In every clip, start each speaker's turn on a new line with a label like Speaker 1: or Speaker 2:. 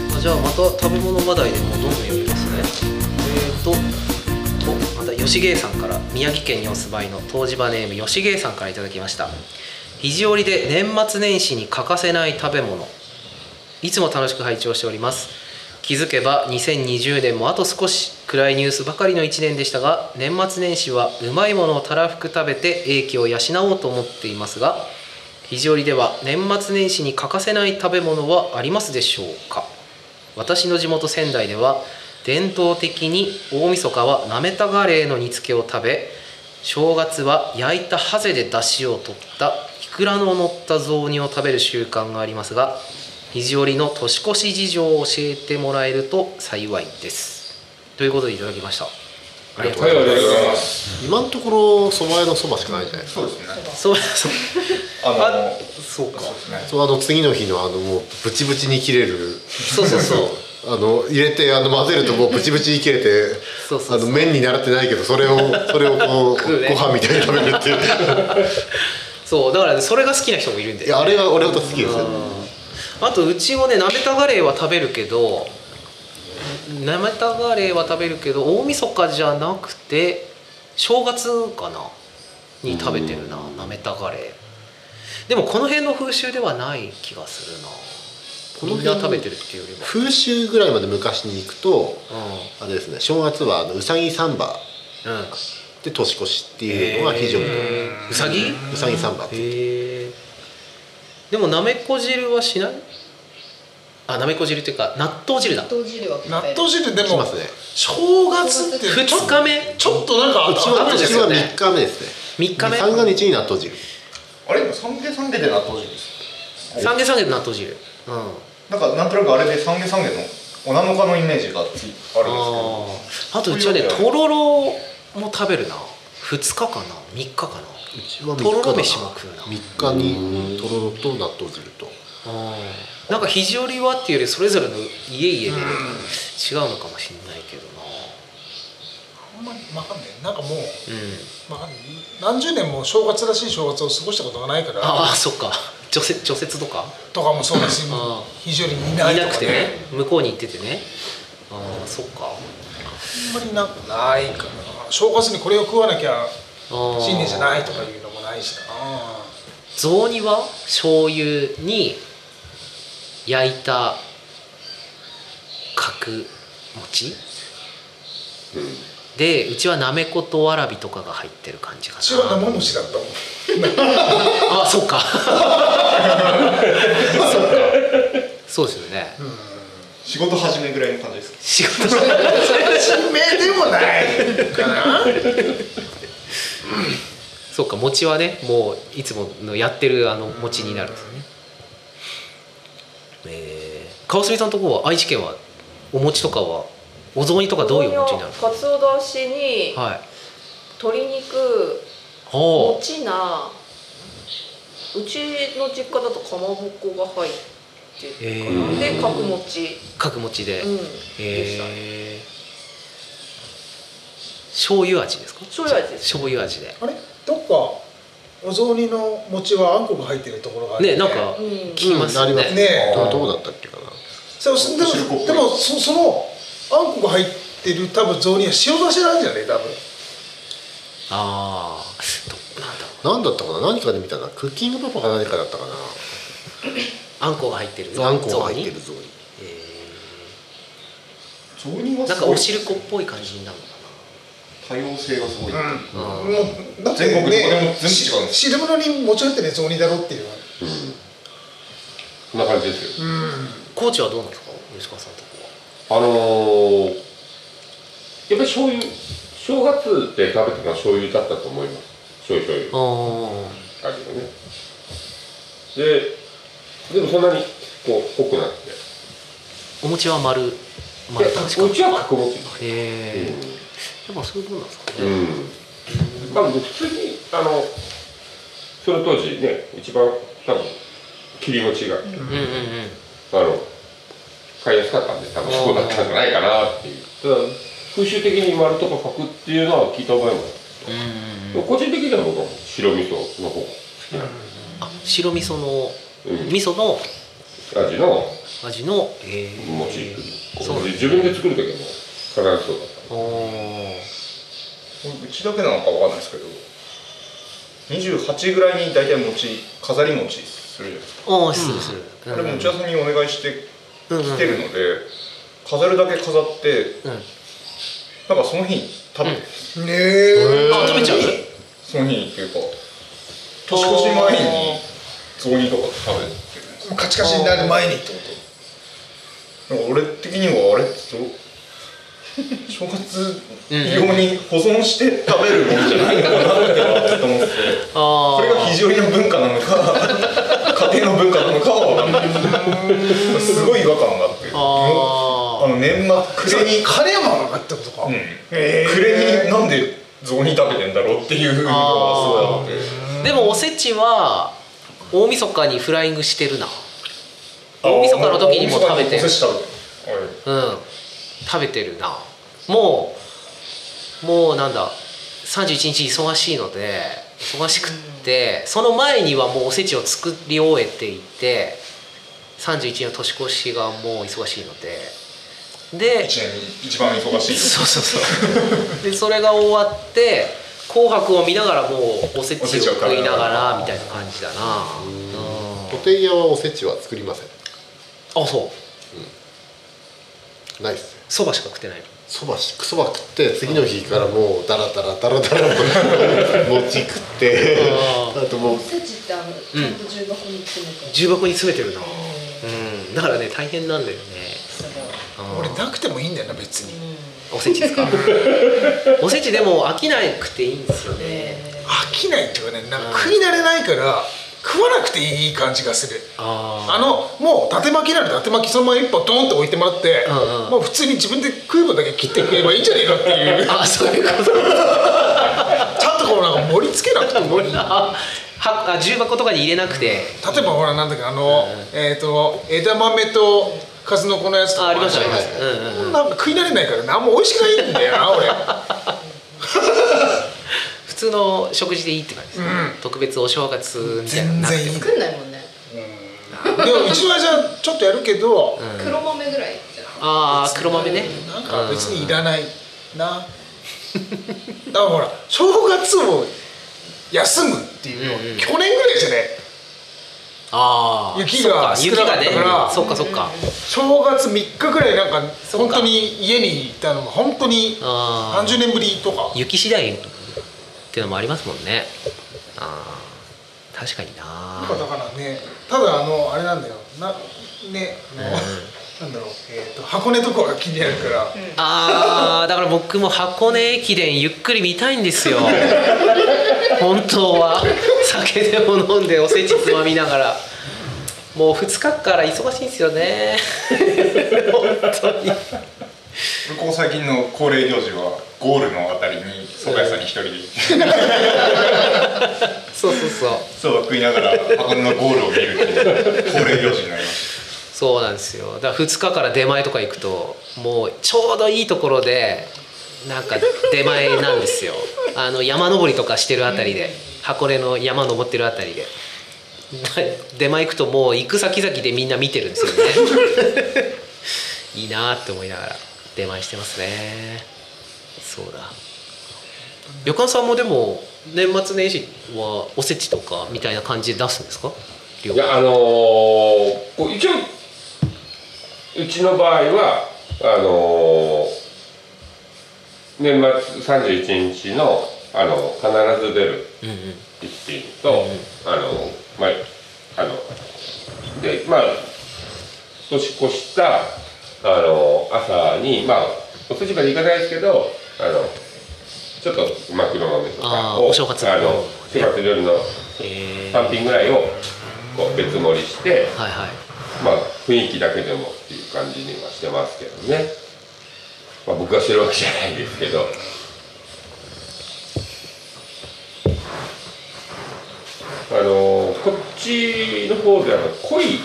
Speaker 1: か食べ物話題でもうどんどん読みますねえーととまた吉芸さんから宮城県にお住まいの湯治場ネーム吉芸さんからいただきました肘折で年末年始に欠かせない食べ物いつも楽しく拝聴しております気づけば2020年もあと少し暗いニュースばかりの1年でしたが年末年始はうまいものをたらふく食べて英気を養おうと思っていますが肘折では年末年始に欠かせない食べ物はありますでしょうか私の地元仙台では伝統的に大晦日はなめたガレーの煮付けを食べ正月は焼いたハゼで出汁を取ったいくらの乗った雑煮を食べる習慣がありますが肘折の年越し事情を教えてもらえると幸いですということでいただきましたありがとうございま
Speaker 2: りがとうございます
Speaker 3: 今のところそば屋のそばしかないじゃないですか
Speaker 2: そうですね
Speaker 1: すそうそう
Speaker 2: あの
Speaker 1: あそうか
Speaker 2: そうですね
Speaker 3: そうあの次の日のあのもうブチブチに切れる
Speaker 1: そうそうそう
Speaker 3: あの入れてあの混ぜるともうブチブチに切れて
Speaker 1: そうそうそう
Speaker 3: あの麺に習ってないけどそれ をそれをこう
Speaker 1: 食うね
Speaker 3: ご飯みたいに食べるっていう
Speaker 1: そうだからねそれが好きな人もいるん
Speaker 3: い
Speaker 1: で
Speaker 3: やあれが俺は好きですよ
Speaker 1: あとうちもねなめたガレーは食べるけどなめたガレーは食べるけど大晦日じゃなくて正月かなに食べてるななめたガレーでもこの辺の風習ではない気がするな
Speaker 3: こ
Speaker 1: みん
Speaker 3: の辺
Speaker 1: な食べてるっていうよりは
Speaker 3: 風習ぐらいまで昔に行くと
Speaker 1: う
Speaker 3: あれですね正月はあのうさぎサンバ
Speaker 1: んうん
Speaker 3: で年越しっていうのが非常に
Speaker 1: えーうさぎ
Speaker 3: うさぎサンバっていう
Speaker 1: へえでもなめこ汁はしないあなめこ汁っていうか納豆汁だ
Speaker 4: 豆汁は
Speaker 2: 納豆汁で
Speaker 3: し
Speaker 2: も
Speaker 3: ますね
Speaker 2: 正月ってちょ
Speaker 1: 2日目
Speaker 2: ちょっとなんかあ
Speaker 3: うちは
Speaker 1: あ
Speaker 3: う
Speaker 1: とです
Speaker 3: ち
Speaker 1: よ
Speaker 3: は
Speaker 1: ね
Speaker 3: 3日目ですね
Speaker 1: 3日目
Speaker 3: 三が日に納豆汁
Speaker 2: あれ三ゲ三ゲで納豆汁です
Speaker 1: 三軒三軒の納豆汁うんあ
Speaker 2: なんかなんとなくあれで三ゲ三ゲのおなのかのイメージがつあるんですけど
Speaker 1: ーあとうちはねとろろも食べるな2日かな3日かな
Speaker 3: うちは
Speaker 1: とろろ
Speaker 3: 3
Speaker 1: 飯
Speaker 3: 日
Speaker 1: も食うな
Speaker 3: 3日にとろろと納豆汁と
Speaker 1: うんなんか肘折はっていうよりそれぞれの家々で違うのかもしれないけどな
Speaker 5: あんまりわかんないなんかも
Speaker 1: う
Speaker 5: う、
Speaker 1: ん
Speaker 5: まあ、何十年も正月らしい正月を過ごしたことがないから
Speaker 1: ああそっか除雪除雪とか
Speaker 5: とかもそうだし
Speaker 1: あ
Speaker 5: 非常にい
Speaker 1: い
Speaker 5: ない
Speaker 1: な
Speaker 5: と
Speaker 1: く
Speaker 5: か
Speaker 1: て
Speaker 5: ね
Speaker 1: ね向こうに行っててねああそっか
Speaker 5: あんまりなんかないかな正月にこれを食わなきゃ新
Speaker 1: 新
Speaker 5: 年じゃないとかいうのもないしな
Speaker 1: 雑煮は醤油に焼いた角餅、でうちはなめことわらびとかが入ってる感じか
Speaker 5: うちは
Speaker 1: な
Speaker 5: 生虫だったもん
Speaker 1: あそう かそうかそうですよね、
Speaker 2: 仕事始めぐらいの感じです
Speaker 1: 仕事しながら
Speaker 5: 新名でもないかな
Speaker 1: そうか餅はねもういつものやってるあの餅になるんですよね、えー、川澄さんのところは愛知県はお餅とかはお雑煮とかどういうお餅になるんですか
Speaker 4: かつおだしに
Speaker 1: はい
Speaker 4: 鶏肉
Speaker 1: お
Speaker 4: も
Speaker 1: ー
Speaker 4: ちなうちの実家だとかまぼっこが入って
Speaker 1: え
Speaker 4: る
Speaker 1: ー、
Speaker 4: で角餅
Speaker 1: 角餅で、
Speaker 4: うんでしたね
Speaker 1: えー、醤油味ですか
Speaker 4: 醤油味です
Speaker 1: 醤油味で
Speaker 5: あれどっかお雑煮の餅はあんこが入ってるところがある
Speaker 1: ねなんか
Speaker 4: うん
Speaker 1: 聞きますよね,、
Speaker 3: うんあります
Speaker 5: ねえ
Speaker 3: どうどうだったっけかな
Speaker 5: そうすでも
Speaker 2: 汁粉っぽい
Speaker 5: でもそそのあんこが入ってる多分雑煮は塩出しなんじゃね多分
Speaker 1: ああどなんだろう
Speaker 3: 何だったかな何かで見たなクッキングパパか何かだったかな
Speaker 1: あんこが入ってる
Speaker 3: あんこが入ってる
Speaker 1: 雑
Speaker 3: ぞ
Speaker 1: 煮え
Speaker 2: 雑煮は
Speaker 1: ー、なんかお汁粉っぽい感じになるのかな
Speaker 2: 多様性がすごい、
Speaker 5: うん、もうだって
Speaker 2: 全国どこでも全部違うん
Speaker 5: ね
Speaker 2: です
Speaker 5: し汁物に餅入ってる雑煮だろっていう
Speaker 6: こんな感じですよ。
Speaker 1: 高知はどうなんですか吉川さんのとこは
Speaker 6: あのー、やっぱり醤油、正月で食べたのは醤油だったと思います。醤油醤
Speaker 1: あ
Speaker 6: 油味のね。で、でもそんなにこう濃くなくて。
Speaker 1: お餅は丸
Speaker 6: で
Speaker 1: 丸太しか
Speaker 6: うちは角餅。
Speaker 1: へえやっぱそういうもんなんですか
Speaker 6: う
Speaker 1: ね、
Speaker 6: ん。まあ普通にあのその当時ね一番多分切り餅が、
Speaker 1: うん、うんうん
Speaker 6: あの買いやすかったんで多分そうだったんじゃないかなっていう。ただ風習的に丸とか角っていうのは聞いた覚えもある。
Speaker 1: うん
Speaker 6: 個人的には僕は白味噌の方が好きな
Speaker 1: あ白味噌の
Speaker 6: うん
Speaker 1: 味噌の
Speaker 6: 味の
Speaker 1: 味の、えー、
Speaker 6: もち
Speaker 1: そうなんだ
Speaker 6: 自分で作る時も必ずそうだった
Speaker 1: おー
Speaker 2: うちだけなのかわかんないですけど28ぐらいに大体餅飾り餅するじゃないですか
Speaker 1: おーするする、
Speaker 2: あれ餅屋さんにお願いして
Speaker 1: うん
Speaker 2: 来てるので飾るだけ飾って
Speaker 1: うん、うん
Speaker 2: なんかその日に食べて、
Speaker 5: ねえ
Speaker 1: あ食べちゃう
Speaker 2: その日にっていうか年越し前に雑煮とか食べてるんです
Speaker 5: カチカチになる前にってこ
Speaker 2: なんか俺的にはあれって 正月用に保存して食べるもんじゃないのかなってのはずっと思ってて
Speaker 1: あ
Speaker 2: それが肘折りの文化な のか家庭の文化なのかは分かんないですすごい違和感があって
Speaker 1: あ
Speaker 2: あの年
Speaker 5: と
Speaker 2: 末
Speaker 5: そ
Speaker 2: 暮れ
Speaker 5: れ
Speaker 2: に
Speaker 5: にカレーマンがってことか、
Speaker 2: うん
Speaker 5: えー
Speaker 2: 暮れになんで雑煮食べてんだろうっていうのがすごいあって
Speaker 1: ーでもおせちは大晦日にフライングしてるな大晦日の時にも食べて
Speaker 2: お寿司食べてる
Speaker 1: うん食べてるなもうもうなんだ31日忙しいので忙しくってその前にはもうおせちを作り終えていて31の年越しがもう忙しいのでで
Speaker 2: 一年に一番忙しい
Speaker 1: そうそうそうでそれが終わって「紅白」を見ながらもうおせちを食いながらみたいな感じだなうん
Speaker 3: お手屋はおせちは作りませ
Speaker 1: あ
Speaker 3: ん
Speaker 1: そう
Speaker 3: ないっすね
Speaker 1: そばしか食ってないの
Speaker 3: そばしくそば食って次の日からもうダラダラダラダラと 餅食って
Speaker 1: あ
Speaker 3: あともう
Speaker 7: おせちってあのちゃんと重箱に詰めて、
Speaker 1: 重箱に詰めてるなうんだからね大変なんだよね
Speaker 7: すごい
Speaker 1: うん
Speaker 5: 俺なくてもいいんだよな別に
Speaker 1: おせちです かおせちでも飽きなくていいんですよね
Speaker 5: 飽きないっていうかねなんか食い慣れないから食わなくていい感じがするあ
Speaker 1: あ
Speaker 5: のもう縦巻きなら縦巻きそのまま一本ドンって置いてもらって、
Speaker 1: うんうん
Speaker 5: もう普通に自分で食う分だけ切って食えばいいんじゃねえかって いう
Speaker 1: ああそういうこと
Speaker 5: ちゃんとこうなんか盛り付けなくてもいい例え
Speaker 1: あはあ重箱とかに入れなくて
Speaker 5: ばほらなんだっけあの、えっ、と枝豆と数の子のやつと
Speaker 1: あ
Speaker 5: か
Speaker 1: ありましたあ
Speaker 5: ね
Speaker 1: りましたうんうんうん
Speaker 5: なんか食い慣れないから何も美味しくないんだ よな俺
Speaker 1: 普通の食事でいいって感じですね特別お正月みたいなの
Speaker 5: 全
Speaker 1: なくて
Speaker 5: 然いいで
Speaker 7: 作んないもんね
Speaker 5: もうちの親父はちょっとやるけど、
Speaker 7: 黒豆ぐらいじゃない
Speaker 1: ああ黒豆ね
Speaker 5: なんか別にいらない なだからほら正月を休むっていうのは去年ぐらいじゃね
Speaker 1: ああ
Speaker 5: 雪が
Speaker 1: 雪がね
Speaker 5: 少なかったから
Speaker 1: そっかそっか
Speaker 5: 正月3日ぐらいなんか
Speaker 1: そう
Speaker 5: 本
Speaker 1: か
Speaker 5: 当に家に行ったのが本当に
Speaker 1: あー
Speaker 5: 何十年ぶりとか
Speaker 1: 雪次第っていうのもありますもんねああ確かにな
Speaker 5: だからねただあのあれなんだよなねあのなんだろう、えー、と箱根とかが気になるから、
Speaker 1: あーだから僕も箱根駅伝ゆっくり見たいんですよ本当は酒でも飲んでおせちつまみながらもう2日から忙しいんですよね本当に
Speaker 2: 向こう最近の恒例行事はゴールのあたりに総会さんに一人で行って
Speaker 1: そうそうそう
Speaker 2: そうは食いながら箱根のゴールを見るっていう恒例行事になりまし
Speaker 1: そうなんですよだから2日から出前とか行くともうちょうどいいところでなんか出前なんですよあの山登りとかしてるあたりで箱根の山登ってるあたりでな出前行くともう行く先々でみんな見てるんですよねいいなって思いながら出前してますねそうだ旅館さんもでも年末年始はおせちとかみたいな感じで出すんですか
Speaker 6: いやあのーこう一応うちの場合はあのー年末31日のあの必ず出る
Speaker 1: うんうん
Speaker 6: 一品と、あのまああのでまあ年越したあの朝にまあお寿司まで行かないですけどあのちょっとマクロ豆と
Speaker 1: あ
Speaker 6: か
Speaker 1: ー
Speaker 6: を
Speaker 1: お正月
Speaker 6: あの正月料理の
Speaker 1: えー
Speaker 6: 3品ぐらいをこう別盛りして
Speaker 1: はいはい
Speaker 6: まあ雰囲気だけでもっていう感じにはしてますけどね、まあ、僕がしてるわけじゃないですけどあのこっちの方であの濃い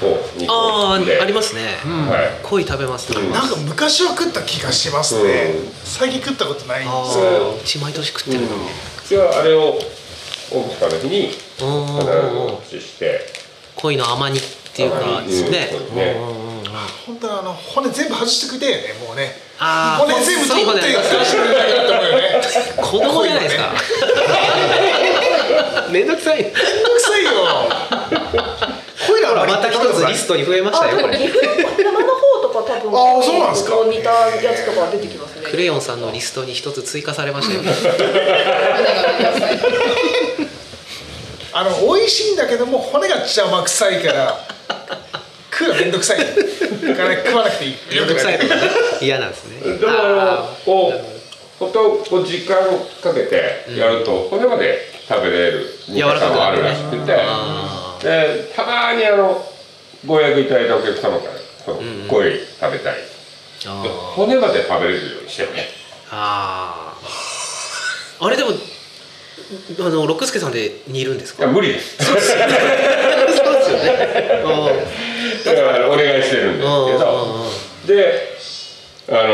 Speaker 6: 方に
Speaker 1: あ
Speaker 6: で
Speaker 1: あありますね、
Speaker 6: はい
Speaker 1: 鯉食べますね、
Speaker 6: うん
Speaker 5: なんか昔は食った気がしますね、
Speaker 6: うん
Speaker 5: 最近食ったことないん
Speaker 1: あ
Speaker 5: ですよ
Speaker 1: あうち毎年食ってるな、
Speaker 6: うんじゃああれを大晦日の日に必ず
Speaker 1: うん、
Speaker 6: お口して
Speaker 1: 鯉の甘煮っっていうか
Speaker 6: うん
Speaker 1: ですね、
Speaker 6: そうね
Speaker 5: 本当はあの骨全部外してくれよねもうね
Speaker 1: あー
Speaker 5: 骨全部取
Speaker 1: 本
Speaker 5: っ
Speaker 1: 当に
Speaker 5: て出してくれないかと思うよね
Speaker 1: 子供じゃないですかめんどくさい
Speaker 5: めんどくさいよこういうの
Speaker 1: ほ
Speaker 5: は
Speaker 1: ら
Speaker 5: あ
Speaker 1: ま
Speaker 5: ま
Speaker 1: た
Speaker 5: り
Speaker 1: 一つリストに増えました
Speaker 4: あ、
Speaker 1: よ
Speaker 4: で
Speaker 1: こ
Speaker 4: も岐
Speaker 1: れ
Speaker 4: 阜山の方とか多分
Speaker 5: あーそうなんですか
Speaker 4: 似たやつとか出てきますね。
Speaker 1: クレヨンさんのリストに一つ追加されましたよね
Speaker 5: あの美味しいんだけども骨が邪魔くさいから食うのめんどく さいだから食わなくていい
Speaker 1: めんどくさいのがね嫌なんですね
Speaker 6: でも
Speaker 1: あ
Speaker 6: こうほんとこう時間をかけてやると、骨まで食べれる
Speaker 1: 柔らかく
Speaker 6: も
Speaker 1: な
Speaker 6: あ
Speaker 1: る
Speaker 6: る
Speaker 1: ね
Speaker 6: らしくて、でたまにあのご予約いただいたお客様からこう
Speaker 1: うん
Speaker 6: こういう食べたい、
Speaker 1: ーあ
Speaker 6: 骨まで食べれるようにしてるね
Speaker 1: ーあーあれでもあの六輔さんで煮るんです
Speaker 6: い
Speaker 1: か
Speaker 6: や無理です
Speaker 1: そうですよね
Speaker 6: だからお願いしてるんですけ
Speaker 1: うんうんうんうん
Speaker 6: どであの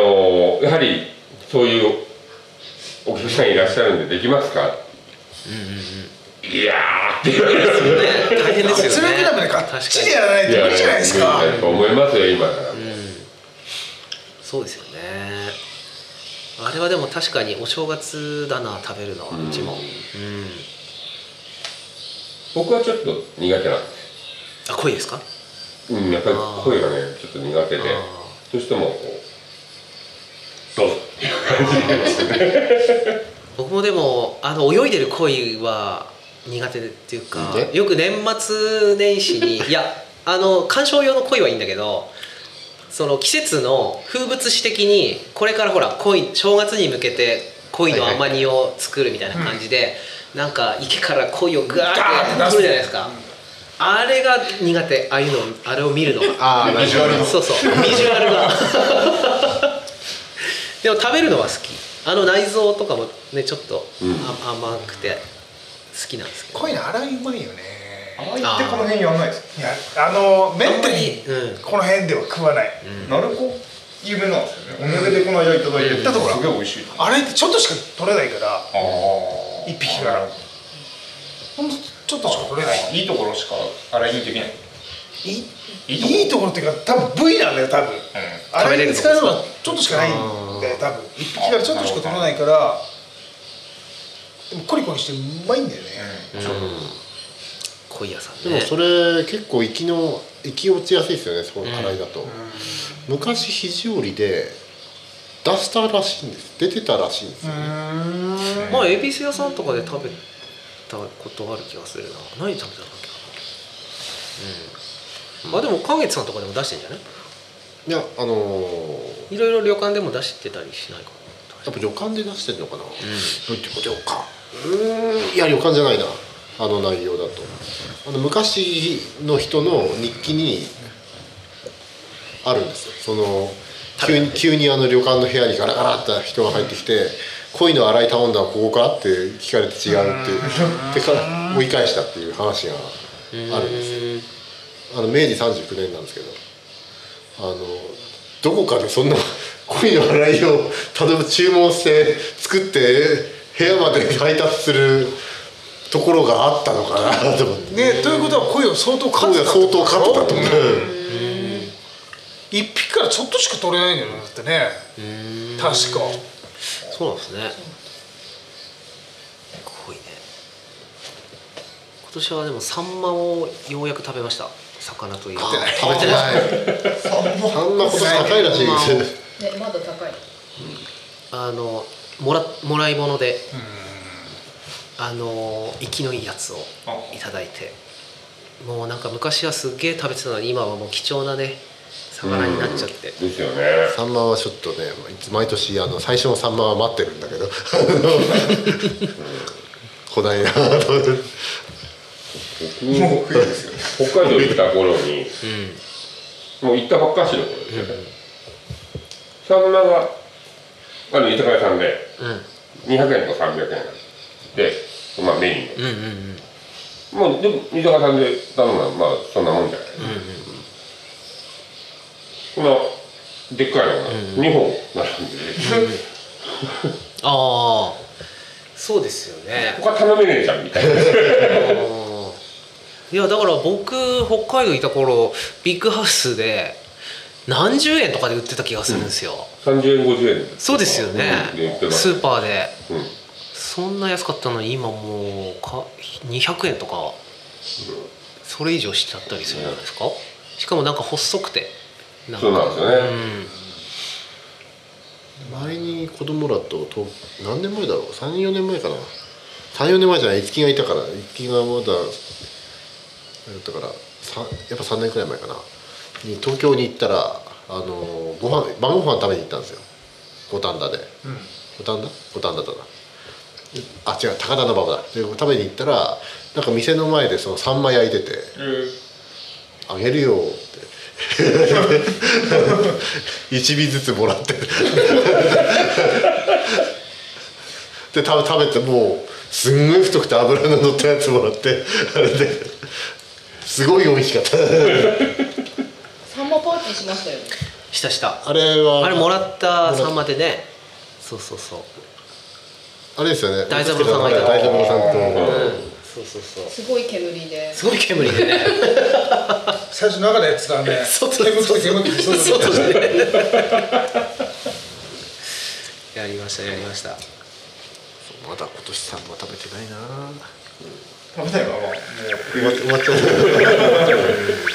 Speaker 6: やはりそういうお客さんいらっしゃるんでできますか、いやーって言われる
Speaker 1: 大変ですよね
Speaker 5: それだけでもねがっ
Speaker 1: 確
Speaker 5: ち
Speaker 1: か
Speaker 5: り
Speaker 1: に
Speaker 5: やらない
Speaker 6: い
Speaker 5: と
Speaker 6: や
Speaker 5: 無理じゃないですか
Speaker 6: 無理だと思いますよ今から、
Speaker 1: そうですよねあれはでも確かにお正月だな食べるのはうちも、うん、
Speaker 6: 僕はちょっと苦手なんで
Speaker 1: あ濃いですか
Speaker 6: すうんやっぱり声がねちょっと苦手で
Speaker 1: あ
Speaker 6: どうしてもこうどうぞっていう感じで
Speaker 1: 僕もでもあの泳いでる鯉は苦手っていうか
Speaker 3: なんで
Speaker 1: よく年末年始にいやあの観賞用の鯉はいいんだけどその季節の風物詩的にこれからほら鯉正月に向けて鯉の甘煮を作るみたいな感じで、なんか池から鯉をガーっ
Speaker 5: ガーっ
Speaker 1: 取る
Speaker 5: てて出す
Speaker 1: じゃないですか。あれが苦手ああいうのあれを見るのが
Speaker 3: ああなるほど
Speaker 1: そうそうビジュアルが でも食べるのは好きあの内臓とかもねちょっと、あ甘くて好きなんですけど
Speaker 5: こういうの洗いうまいよね
Speaker 2: 甘いってこの辺やんないです
Speaker 5: いやあのめったに
Speaker 1: うん
Speaker 5: この辺では食わない、
Speaker 2: なるこ有名なんですよねお土産でこの間いただいて
Speaker 5: んだとほら
Speaker 2: すげえ美味しいあ
Speaker 5: あれってちょっとしか取れないから
Speaker 2: あ
Speaker 5: 一匹からほんとちょっとしか取れない
Speaker 2: いいところしかあれいいできない
Speaker 5: いい
Speaker 2: いいところ
Speaker 5: いいところっていうか多分部位なんだよ多分、あれに使えるのはちょっとしかないんだよ多分一匹からちょっとしか取らないからでもコリコリしてうまいんだよね、
Speaker 1: 鯉屋さん
Speaker 3: で
Speaker 1: ね
Speaker 3: もそれ結構息の息落ちやすいですよねその辛いだと、昔肘折で出したらしいんです出てたらしいんですよね、
Speaker 1: まあ恵比寿屋さんとかで食べたことある気がするな何食べたんだっけなうんあでも花月さんとかでも出してんじゃない
Speaker 3: いやあのー、
Speaker 1: いろいろ旅館でも出してたりしないか
Speaker 3: やっぱ旅館で出してんのかな、うん、旅館うーんいや旅館じゃないなあの内容だとあの昔の人の日記にあるんですよその急に急にあの旅館の部屋にガラガラって人が入ってきて「恋の洗い頼んだはここか?」って聞かれて違うってでから追い返したっていう話があるんですよあの明治39年なんですけどあのどこかでそんな 恋の洗いを例えば注文して作って部屋まで配達するところがあったのかなと思って
Speaker 5: ねということは鯉を相当飼っ
Speaker 3: 恋が
Speaker 5: てたって
Speaker 3: 相
Speaker 5: こ
Speaker 3: 当
Speaker 5: とだ
Speaker 3: 勝
Speaker 5: ろ
Speaker 3: ってたと思う
Speaker 5: 一匹からちょっとしか取れないんだよねだってね確か
Speaker 1: なそうなんですね鯉ね今年はでもサンマをようやく食べました魚といえば
Speaker 3: 食べてないそんなこと高いらしいです
Speaker 7: ね、まだ高い。
Speaker 1: あのもらもらい物であの生きのいいやつをいただいてもうなんか昔はすっげえ食べてたのに今はもう貴重なね魚になっちゃって、
Speaker 6: ですよね
Speaker 3: サンマはちょっとねいつ毎年あの最初のサンマは待ってるんだけど来ないなと思って
Speaker 6: もう冬ですよ北海道行った頃にもう行ったばっかしの頃ですよね、サンマがあの居酒屋さんで
Speaker 1: うん、うん
Speaker 6: 200円とか300円でまあメインの
Speaker 1: うんうん
Speaker 6: まあでも水川さんで頼むのはまあそんなもんじゃない、このでっかいのが2本並んでる、
Speaker 1: ああそうですよね
Speaker 6: 他頼めねえじゃんみたいな
Speaker 1: あーいやだから僕北海道いた頃ビッグハウスで何十円とかで売ってた気がするんですよ、
Speaker 6: 30円50円
Speaker 1: そうですよね、
Speaker 6: うんで売ってます
Speaker 1: スーパーで
Speaker 6: うんうん
Speaker 1: そんな安かったのに今もうか200円とかそれ以上しちゃったりするじゃないですかしかもなんか細くてな
Speaker 6: そうなんですよね
Speaker 3: 前に子供らとと何年前だろう34年前かな34年前じゃない樹がいたから樹がまだだからさやっぱ3年くらい前かなに東京に行ったらあのご飯晩ご飯食べに行ったんですよ五反田で五反田五反田だなあ違う高田の馬場だで食べに行ったらなんか店の前でそのサンマ焼いてて「あげるよ」って一尾ずつもらってで食べ食べてもうすんごい太くて脂の乗ったやつもらってあれですごい美味しかった
Speaker 7: サンマパーティーしましたよね
Speaker 1: したした
Speaker 3: あれは
Speaker 1: あれもらった
Speaker 3: もらっ
Speaker 1: さんまでねそうそうそう
Speaker 3: あれですよね
Speaker 1: 大三郎さんがいた
Speaker 3: 大三郎さんと、
Speaker 1: そうそうそう
Speaker 7: すごい煙です
Speaker 1: ごい煙でね
Speaker 5: 最初中のやつだね
Speaker 1: そうそう
Speaker 5: 煙
Speaker 1: そう
Speaker 5: 吹煙吹そう
Speaker 1: そ
Speaker 5: そうう
Speaker 1: そうやりましたやりました
Speaker 3: まだ今年サンマ食べてないな
Speaker 2: 食べたいかなもう
Speaker 3: 終わっ終わっちゃう